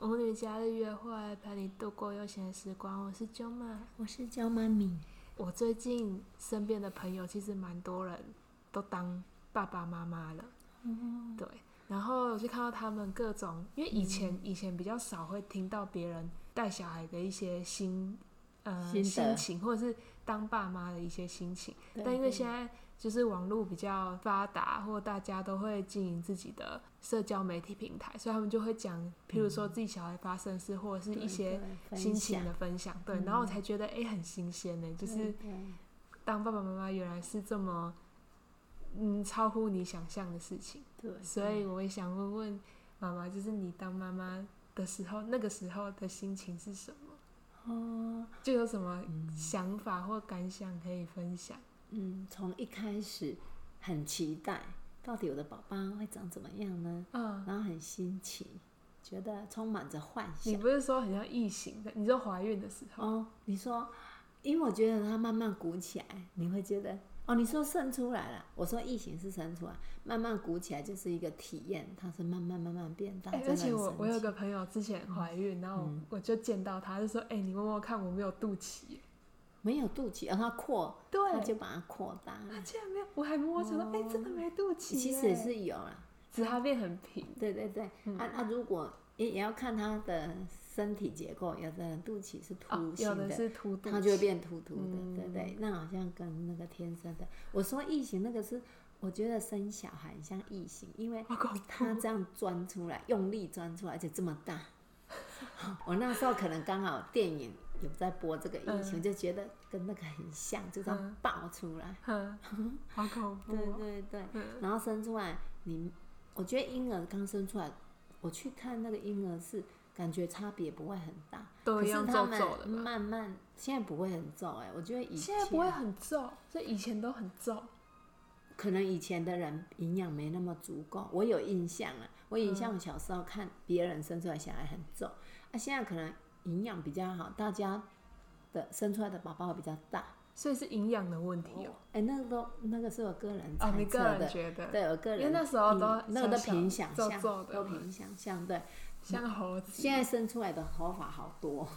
舞女家的约会，陪你度过悠闲的时光。我是 j o m a 我是焦妈咪，我最近身边的朋友其实蛮多人都当爸爸妈妈了，哦对。然后我就看到他们各种，因为以前、嗯以前比较少会听到别人带小孩的一些心呃心得心情，或者是当爸妈的一些心情。对但因为对现在就是网络比较发达，或大家都会经营自己的社交媒体平台，所以他们就会讲，譬如嗯说自己小孩发生事，或者是一些心情的分享。对，然后嗯我才觉得哎、诶很新鲜呢、就就是当爸爸妈妈原来是这么嗯超乎你想象的事情。对，所以我也想问问妈妈，就是你当妈妈的时候，那个时候的心情是什么？哦，就有什么想法或感想可以分享？嗯，从一开始很期待，到底我的宝宝会长怎么样呢？嗯，然后很新奇，觉得充满着幻你想。不是说很像异形的？你说怀孕的时候，哦，你说，因为我觉得它慢慢鼓起来，你会觉得。哦，你说生出来了，我说异形是生出来，慢慢鼓起来就是一个体验，它是慢慢慢慢变大。哎、真的而很且我神我有奇嗯个朋友之前怀孕，然后我,、我就见到她，就说：“哎、你摸摸看，我没有肚脐耶。没有肚脐，然后它扩，对它就把它扩大。她竟然没有，我还摸着说：“哎、真的没肚脐耶。”嗯啊哦其实也是有 啦，只是她变很平。对对对，啊啊，如果也也要看它的身体结构，有的人肚脐是哦凸，有形的的，是凸肚它就会变凸凸的，嗯对对，那好像跟那个天生的。我说异形那个是，我觉得生小孩很像异形，因为好恐怖它这样钻出来，用力钻出来，而且这么大。 我那时候可能刚好电影有在播这个异形，嗯就觉得跟那个很像，就这样嗯爆出来。哼，嗯好 恐怖、对哦。对啊对，嗯然后生出来，你我觉得婴儿刚生出来，我去看那个婴儿是感觉差别不会很大，都可一样是他皱皱的们吧慢慢现在不会很皱哎、我觉得以前现在不会很皱，所以以前都很皱。可能以前的人营养没那么足够，我有印象啊，我印象我小时候看别人生出来小孩很重，啊，现在可能营养比较好，大家的生出来的宝宝比较大，所以是营养的问题哦。哎、那个都那个是我个人哦，猜你测个的，人觉得，对，我个人因为那时候以都那个都小小凭想皱象，皱的都凭想象，对。像猴子？现在生出来的头发好多，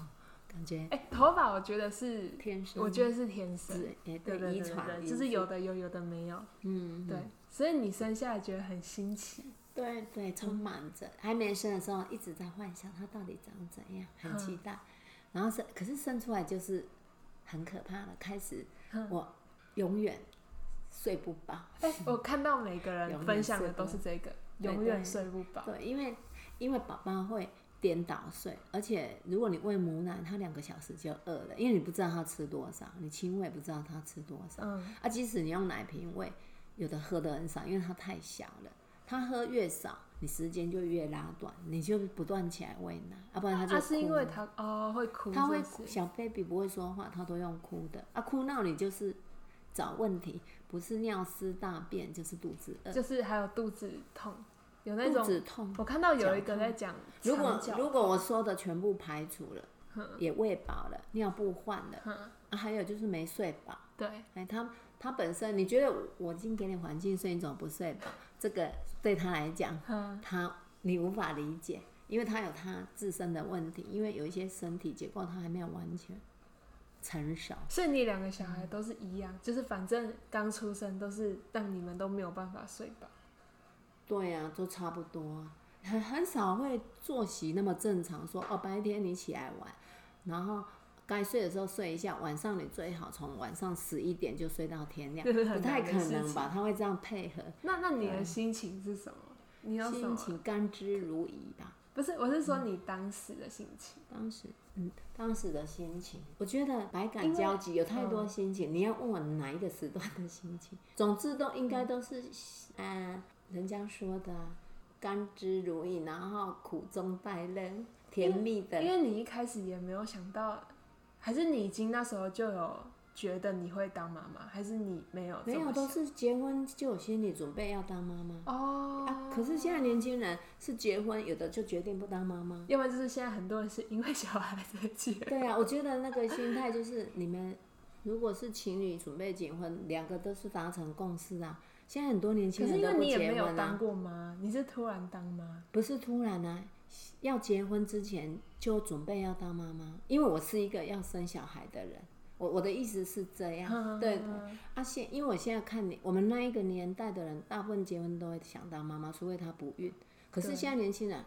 感觉哎、头发我觉得是天生我觉得是天生是，也对对遗对传对，因就是素有的有，有的没有。嗯，对，所以你生下来觉得很新奇。对对，充满着还没生的时候一直在幻想它到底长怎样，很嗯期待。然后生，可是生出来就是很可怕的，开始嗯我永远睡不饱，哎、我看到每个永人远分享的睡不都是这个，对永远对睡不饱。对，因为因为宝宝会颠倒睡，而且如果你喂母奶，它两个小时就饿了，因为你不知道它吃多少，你亲喂不知道它吃多少。嗯，啊，即使你用奶瓶喂，有的喝的很少，因为它太小了，它喝越少，你时间就越拉短，你就不断起来喂奶，要、不然它就啊，是因哭为了他哦会哭它会是不哭是小 baby 不会说话，它都用哭的啊，哭闹你就是找问题，不是尿湿大便就是肚子饿，就是还有肚子痛，有那呃肚种子痛。我看到有一脚个在讲如果肠绞如果我说的全部排除了，也喂饱了，尿布换了，嗯啊，还有就是没睡饱。对，哎，他他本身，你觉得我我已经给你环境，所以你怎么不睡饱？这个对他来讲，嗯他你无法理解，因为他有他自身的问题，因为有一些身体结构他还没有完全成熟。所以你两个小孩都是一样，就是反正刚出生都是让你们都没有办法睡饱。对呀、都差不多啊， 很很少会作息那么正常，说哦白天你起来玩，然后。该睡的时候睡一下，晚上你最好从晚上十一点就睡到天亮，这是 很不太难的可事能吧？他会这样配合，那那你的心情是什么？你有什嗯心么？情甘之如饴吧。不是，我是说你当时的心情。当时，嗯，当时的心情，我觉得百感交集，有太多心情。你要问我哪一个时段的心情，总之都应该都是，嗯、人家说的啊甘之如饴，然后苦中带乐，甜蜜因的。为你一开始也没有想到，还是你已经那时候就有觉得你会当妈妈，还是你没有这没么有，都想是结婚就有心理准备要当妈妈、哦、啊。可是现在年轻人是结婚，有的就决定不当妈妈。要不然就是现在很多人是因为小孩才结，对啊，我觉得那个心态就是你们如果是情侣准备结婚，两个都是达成共识啊。现在很多年轻可是人因为都不啊你也没结有婚当啊，过妈，你是突然当妈，不是突然啊，要结婚之前就准备要当妈妈，因为我是一个要生小孩的人。我我的意思是这样，对的。啊，现因为我现在看你，我们那一个年代的人，大部分结婚都会想当妈妈，除非她不孕。可是现在年轻人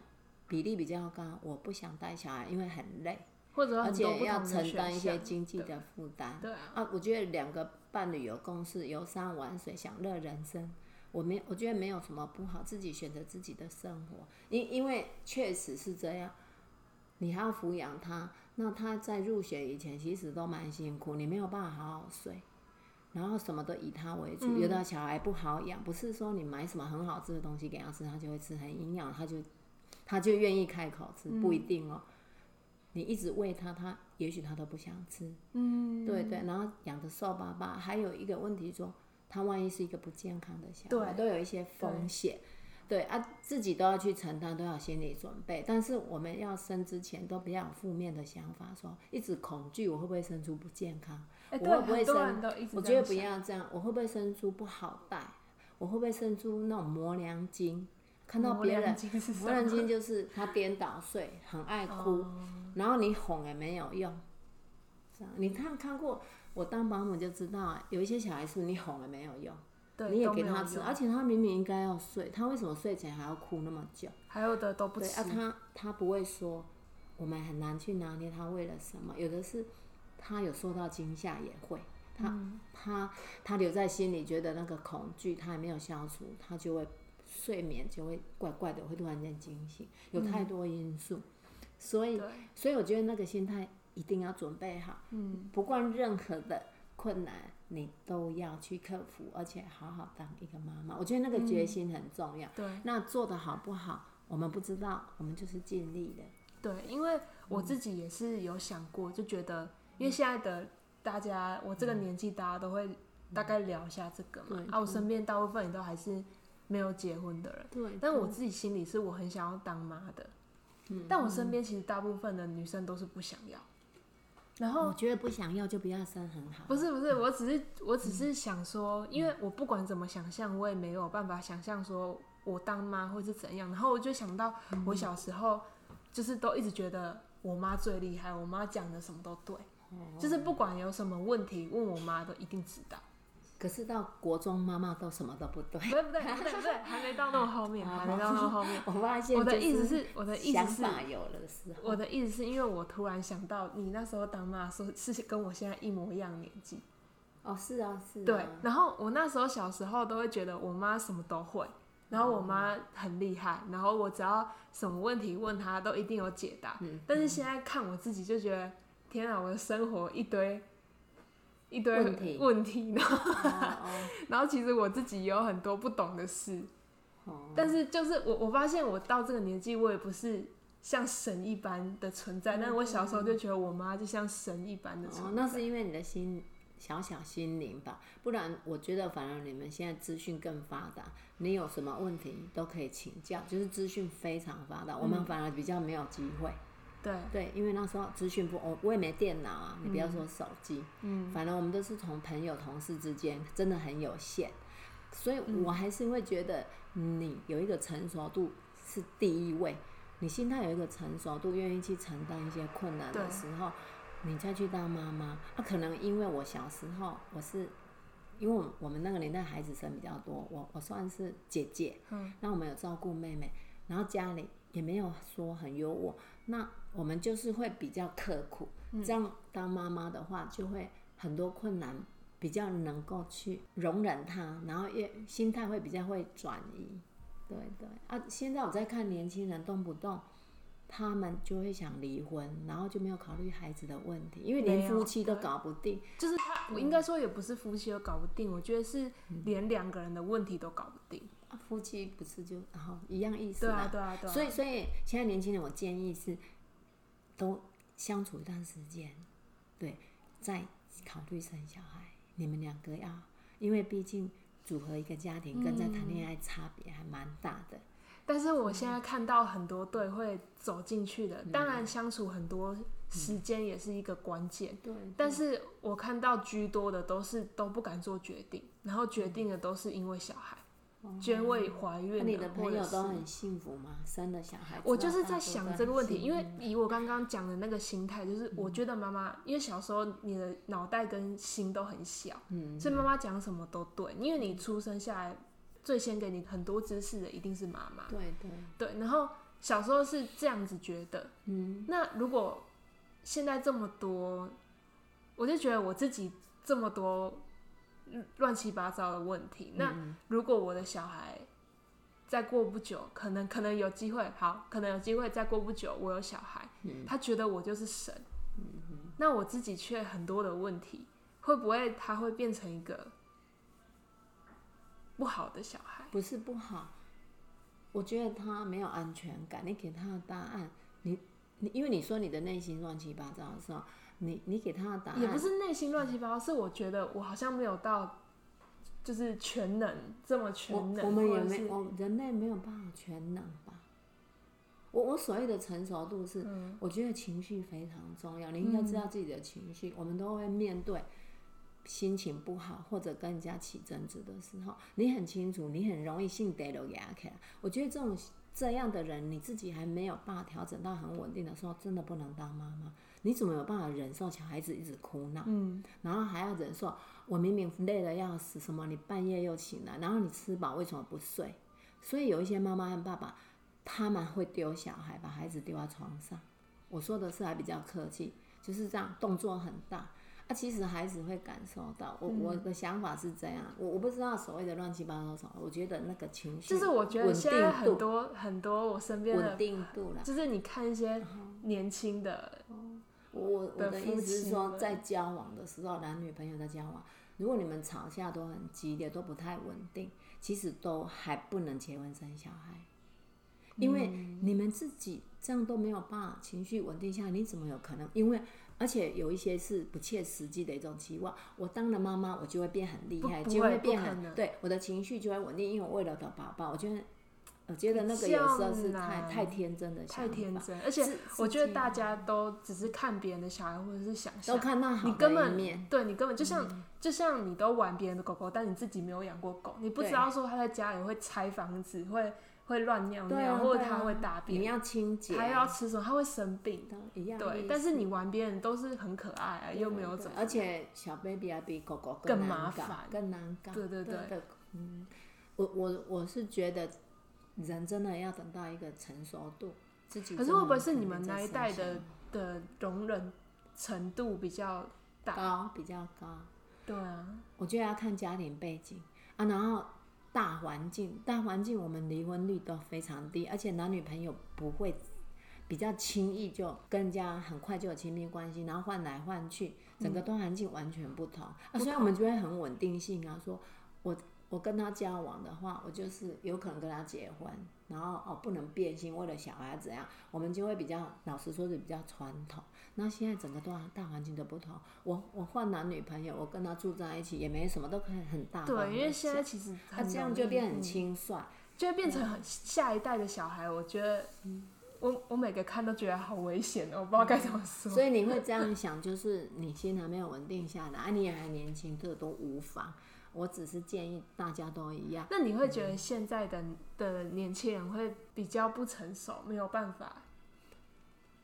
比例比较高，我不想带小孩，因为很累，或者有而很多且不要同的承担一选些项经济的负担。对啊，啊，我觉得两个伴侣有共识，游山玩水，享乐人生。我没，我觉得没有什么不好，自己选择自己的生活。因因为确实是这样，你还要抚养他，那他在入学以前其实都蛮辛苦，你没有办法好好睡，然后什么都以他为主。嗯有的小孩不好养，不是说你买什么很好吃的东西给他吃，他就会吃，很营养，他就他就愿意开口吃，嗯不一定哦。你一直喂他，他也许他都不想吃。嗯，对对，然后养的瘦巴巴，还有一个问题说，他万一是一个不健康的小孩，对都有一些风险，对啊，自己都要去承担，都要有心理准备。但是我们要生之前都不要有负面的想法，说一直恐惧我会不会生出不健康，哎，啊我对，会不会很多生人都一直我这觉得样不想要这样，我会不会生出不好带，我会不会生出那种磨良精？看到磨别良人 精是什磨良精就是他颠倒睡，很爱哭，哦然后你哄也没有用。这样，你看看过我当保姆就知道、啊，有一些小孩是你哄了没有用，对，你也都给没有啊他吃，用而且他明明应该要睡，他为什么睡前还要哭那么久？还有的都不对吃啊，，他他不会说，我们很难去拿捏他为了什么。有的是他有受到惊吓也会，他、他他留在心里，觉得那个恐惧他还没有消除，他就会睡眠就会怪怪的，会突然间惊醒，有太多因素，所以嗯对，所以我觉得那个心态一定要准备好，嗯，不管任何的困难，你都要去克服，而且好好当一个妈妈。我觉得那个决心很重要。嗯对。那做的好不好，我们不知道，我们就是尽力了。对，因为嗯我自己也是有想过，就觉得，因为现在的大家，我这个年纪大家都会大概聊一下这个嘛嗯对，啊，我身边大部分也都还是没有结婚的人，对但我自己心里是我很想要当妈的，嗯但我身边其实大部分的女生都是不想要，然后我觉得不想要就不要生，很好。不是不是，我只是我只是想说，因为我不管怎么想象，我也没有办法想象说我当妈会是怎样。然后我就想到我小时候，就是都一直觉得我妈最厉害，我妈讲的什么都对，就是不管有什么问题问我妈都一定知道。可是到国中，妈妈都什么都不对。不对不对不对不对，还没到那么后面， 还没到那么啊后面。我发现我的就是意思是，我的意想思是，法有了时候，我的意思是因为我突然想到，你那时候当妈说是跟我现在一模一样年纪，哦，是啊，是啊，对，然后我那时候小时候都会觉得我妈什么都会，然后我妈哦很厉害，然后我只要什么问题问她都一定有解答。嗯但是现在看我自己就觉得，天啊，我的生活一堆一堆问题问题，然后 哦然后其实我自己也有很多不懂的事，哦哦但是就是我我发现我到这个年纪，我也不是。像神一般的存在，但我小时候就觉得我妈就像神一般的存在嗯哦，。那是因为你的心小小心灵吧，不然我觉得反而你们现在资讯更发达，你有什么问题都可以请教，就是资讯非常发达，我嗯们反而比较没有机会。对，对，因为那时候资讯不，我我也没电脑啊，你不要说手机，嗯，反正我们都是从朋友、同事之间，真的很有限，所以我还是会觉得你有一个成熟度是第一位，你心态有一个成熟度，愿意去承担一些困难的对时候，你再去当妈妈。那、可能因为我小时候我是。因为我们那个年代孩子生比较多，我我算是姐姐，嗯，那我们有照顾妹妹，然后家里也没有说很优渥，那我们就是会比较刻苦。嗯这样当妈妈的话，就会很多困难比较能够去容忍它，然后也心态会比较会转移。对对啊，现在我在看年轻人动不动。他们就会想离婚，然后就没有考虑孩子的问题，因为没有连夫妻都搞不定。就是他，我应该说也不是夫妻都搞不定，我觉得是连两个人的问题都搞不定。啊夫妻不是就然后一样意思对啦啊，对啊，对啊。所以，所以现在年轻人，我建议是都相处一段时间，对，再考虑生小孩。你们两个要，因为毕竟组合一个家庭跟在谈恋爱差别还蛮大的。但是我现在看到很多队会走进去的，嗯当然相处很多时间也是一个关键。对，但是我看到居多的都是都不敢做决定，然后决定的都是因为小孩，捐未怀孕哦那的，你的朋友或者都是很幸福吗？生了小孩啊之后，我就是在大家都想很这个问题，幸因为福以我刚刚讲的那个心态，就是我觉得妈妈，因为小时候你的脑袋跟心都很小，嗯，所以妈妈讲什么都对，因为你出生下来最先给你很多知识的一定是妈妈，对对，对。然后小时候是这样子觉得，嗯，那如果现在这么多，我就觉得我自己这么多乱七八糟的问题，那嗯如果我的小孩再过不久，可能可能有机会，好，可能有机会再过不久，我有小孩，嗯他觉得我就是神，那我自己却很多的问题，会不会他会变成一个不好的小孩？不是不好，我觉得他没有安全感。你给他的答案，你你因为你说你的内心乱七八糟的时候，你你给他的答案也不是内心乱七八糟，是我觉得我好像没有到就是全能这么全我能，我们或也者没是我人类没有办法全能吧。我我所谓的成熟度是，嗯我觉得情绪非常重要，你应该知道自己的情绪。我们都会面对心情不好或者跟人家起争执的时候，你很清楚，你很容易性得流牙起来。我觉得这种这样的人，你自己还没有办法调整到很稳定的时候，真的不能当妈妈。你怎么有办法忍受小孩子一直哭闹？嗯然后还要忍受我明明累得要死，什么你半夜又醒来，然后你吃饱为什么不睡？所以有一些妈妈和爸爸，他们会丢小孩，把孩子丢在床上。我说的是还比较客气，就是这样，动作很大。啊，其实孩子会感受到。我、嗯我的想法是这样，我我不知道所谓的乱七八糟什么，我觉得那个情绪就是我觉得稳现在定很度，多很多我身边稳的，定嗯度啦。就是你看一些年轻的，我我我的的夫意思是妻说，们在交往的时候，男女朋友在交往，如果你们吵架都很激烈，都不太稳定，其实都还不能结婚生小孩，因为嗯你们自己这样都没有办法情绪稳定下来，你怎么有可能？因为而且有一些是不切实际的一种期望。我当了妈妈，我就会变很厉不害，不就会会不变可很能对，我的情绪就会稳定，因为我为了我的宝宝，我觉得，我觉得那个比有较时候是太难太天真的想法，太天真，而且是我是觉这得大样家都只是看别人的小孩或者是想都象，看到你好根的一本面。嗯对你根本就像、就像你都玩别人的狗狗，但你自己没有养过狗，你不知对道说它在家里会拆房子，会会乱尿对尿，啊，或者对它啊会大你便，要清洁，它要吃什么，它会生病。都一样的对意思。，但是你玩别人都是很可爱、啊，又没有对怎么样，而且小 baby 还比狗狗更难麻搞烦更难搞。对对对对的嗯，我我我是觉得人真的要等到一个成熟度，自己可是真的会不会有是能你力们再那一生代小的孩的容忍程度比较大？高比较高？对啊，我觉得要看家庭背景啊，然后大环境，大环境我们离婚率都非常低，而且男女朋友不会比较轻易就跟人家很快就有亲密关系，然后换来换去，整个大环境完全不同、啊，所以我们就会很稳定性啊，说我。我跟他交往的话，我就是有可能跟他结婚，然后哦不能变心，为了小孩怎样，我们就会比较老实说是比较传统。那现在整个大大环境都不同，我我换男女朋友，我跟他住在一起也没什么，都可以很大方地对，因为现在讲其实啊很这样容就易变嗯很嗯轻率，就会变成很下一代的小孩。我觉得，嗯我我每个看都觉得好危险哦，我不知道该怎么说。所以你会这样想，就是你心还没有稳定下来，啊你也还年轻，这都无妨。我只是建议大家都一样，那你会觉得现在的的年轻人会比较不成熟，没有办法，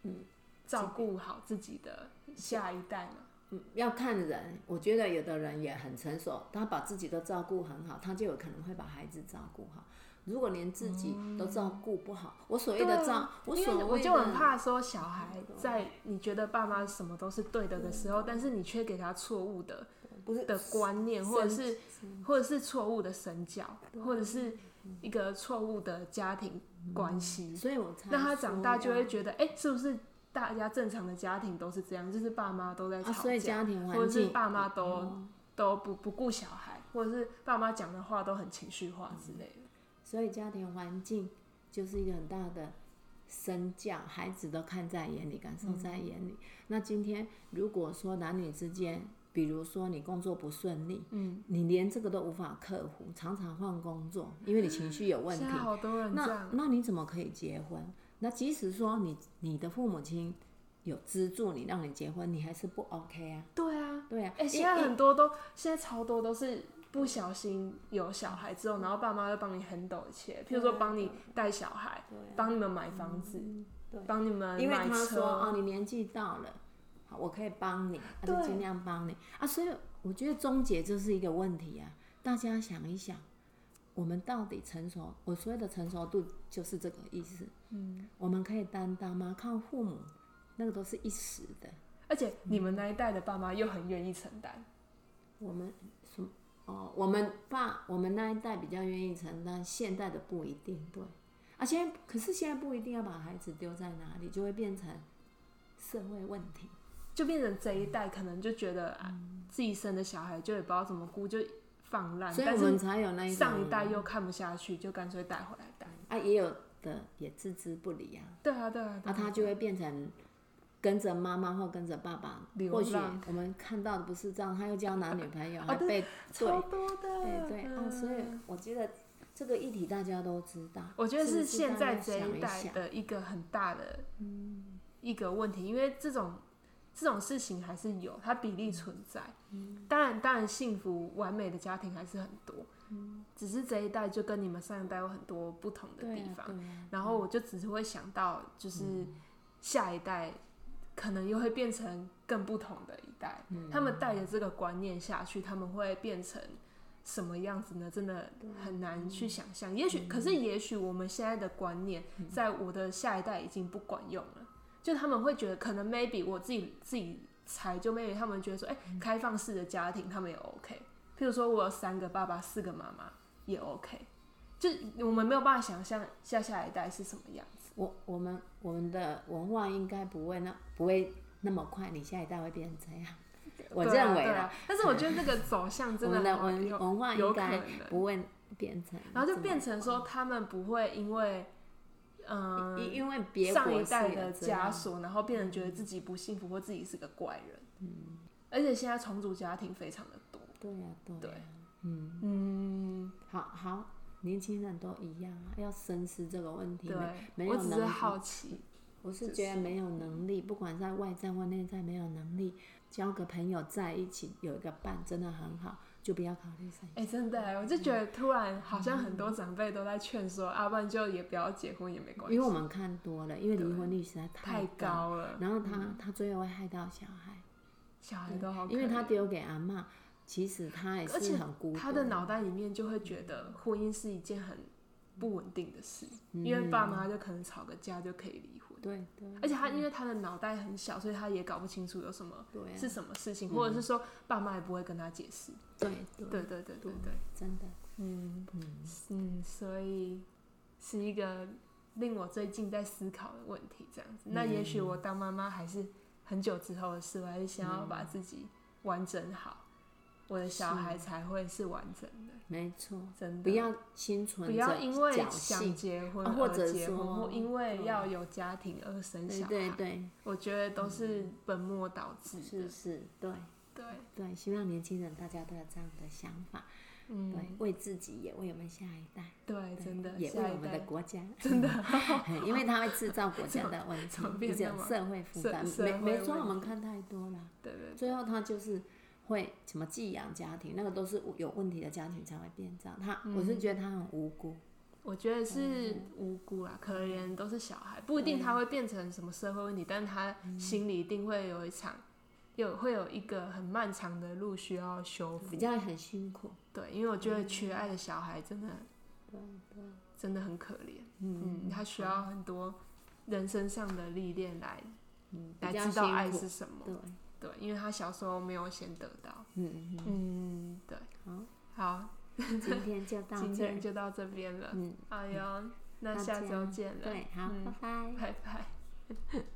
嗯，照顾好自己的下一代吗？嗯，要看人。我觉得有的人也很成熟，他把自己都照顾很好，他就有可能会把孩子照顾好。如果连自己都照顾不好，我所谓对的啊照，我因为所我谓就很的怕说小孩在你觉得爸妈什么都是对的的时候，但是你却给他错误的不是的观念，神或者是或者是错误的身教，或者是嗯一个错误的家庭关系。所以我才那他长大嗯说就要会觉得，哎、是不是大家正常的家庭都是这样？就是爸妈都在啊，吵所以架，家庭或环者是境哦爸妈都、都不不顾小孩，或者是爸妈讲的话都很情绪化之类的。所以家庭环境就是一个很大的身教，孩子都看在眼里，感受嗯在眼里。那今天如果说男女之间，比如说你工作不顺利，嗯，你连这个都无法克服，常常换工作，因为你情绪有问题现在，好多人这那样，那你怎么可以结婚？那即使说你你的父母亲有资助你，让你结婚，你还是不 OK 啊？对啊，对啊，哎、因现在很多都现在超多都是不小心有小孩之后，然后爸妈就帮你 handle 一切，譬如说帮你带小孩，对啊嗯帮你们买房子，对帮你们因为买他说哦，车，你年纪到了，好，我可以帮你，啊、就对尽量帮你啊。所以我觉得终结就是一个问题啊，大家想一想，我们到底成熟？我所谓的成熟度就是这个意思。嗯，我们可以担当吗？靠父母，那个都是一时的。而且你们那一代的爸妈又很愿意承担，我们什么？哦，我们爸我们那一代比较愿意承担，现代的不一定对。啊，现在可是现在不一定要把孩子丢在哪里，就会变成社会问题。就变成这一代可能就觉得、啊嗯自己生的小孩就也不知道怎么顾，就放烂，所以但我们是才有那一种上一代又看不下去，就干脆带回来带。啊，也有的也置之不理啊，对啊，对啊，那、对他就会变成跟着妈妈或跟着爸爸。流或许浪我们看到的不是这样，他又交男女 朋友，啊还对被对超多的，对对嗯哦，所以我觉得这个议题大家都知道。我觉得是是不是现大在家这想一一代想嗯的一个很大的一个问题，因为这种这种事情还是有，它比例存在。嗯当然，当然，幸福完美的家庭还是很多，只是这一代就跟你们上一代有很多不同的嗯对地啊方。对啊然后我就只是会想到，就是下一代可能又会变成更不同的一代，他们带着这个观念下去，他们会变成什么样子呢？真的很难去想象。也许，可是也许我们现在的观念，在我的下一代已经不管用了，就他们会觉得，可能 maybe 我自己自己猜，就 maybe 他们觉得说，哎、开放式的家庭他们也 OK。譬如说我有三个爸爸，四个妈妈也 OK。就我们没有办法想象下下一代是什么样子。我我们我们的文化应该不会那不会那么快，你下一代会变成这样。我对啊认为对啦，嗯啊，但是我觉得这个走向我真们的很文有文化有应可能该，不会变成这么，然后就变成说他们不会因为嗯、因因为别上国一是代有的这样枷锁，然后变成觉得自己不幸福或自己是个怪人。嗯，而且现在重组家庭非常的多。对呀、对、对呀，嗯，嗯，好好，年轻人都一样啊，要深思这个问题。对没，没我有只能是力好奇。我只是觉是得没有能力，不管在外在或内在，没有能力，交个朋友在一起，有一个伴真的很好，就不要考虑生哎、真的耶，我就觉嗯得突然好像很多长辈都在劝说，啊，不然就也不要结婚也没关活，因为我系，们看多了，因为离婚率实在太高，高了，然后他他最后会害到小孩，小孩都好可怜，因为他丢给阿嬷，其实他也而且是很孤独，他的脑袋里面就会觉得婚姻是一件很不稳定的事，因为爸妈就可能吵个架就可以离婚，嗯对对而且他因为他的脑袋很小，所以他也搞不清楚有什么对啊是什么事情，或者是说爸妈也不会跟他解释。对对对对对对对，真的，嗯嗯，所以是一个令我最近在思考的问题，这样子。那也许我当妈妈还是很久之后的事，我还是想要把自己完整好，我的小孩才会嗯是完整的。没错，真的不要心存不要着因为侥想幸，结婚啊或者而结婚，说或因为对要有家庭而生对小对孩，对，我觉得都是本末倒置是的。是，对对，对，希望年轻人大家都有这样的想法，对，嗯，为自己也为我们下一代，对，对真的，也为下我一们的代国家，真的， 因为它会制造国家的问 怎么题，一变那种么社会负社担，社没没会错，问我们看太多了，对对最后他就是会什么寄养家庭，那个都是有问题的家庭才会变这样，他我是觉得他很无辜，我觉得是嗯无辜啦，可怜都是小孩，不一定他会变成什么社会问题，但他嗯心里一定会有一场，有会有一个很漫长的路需要修复。比较很辛苦，对，因为我觉得缺嗯爱的小孩真的，真的很可怜。嗯，他需要很多人身上的历练来嗯，比来较知道爱辛苦，是什么。对，对，因为他小时候没有先得到。嗯嗯，嗯，对。好，嗯今天就到今这儿天，就到这边了。嗯，哎呦，那大下家周见了。啊对，好，拜嗯拜。拜拜。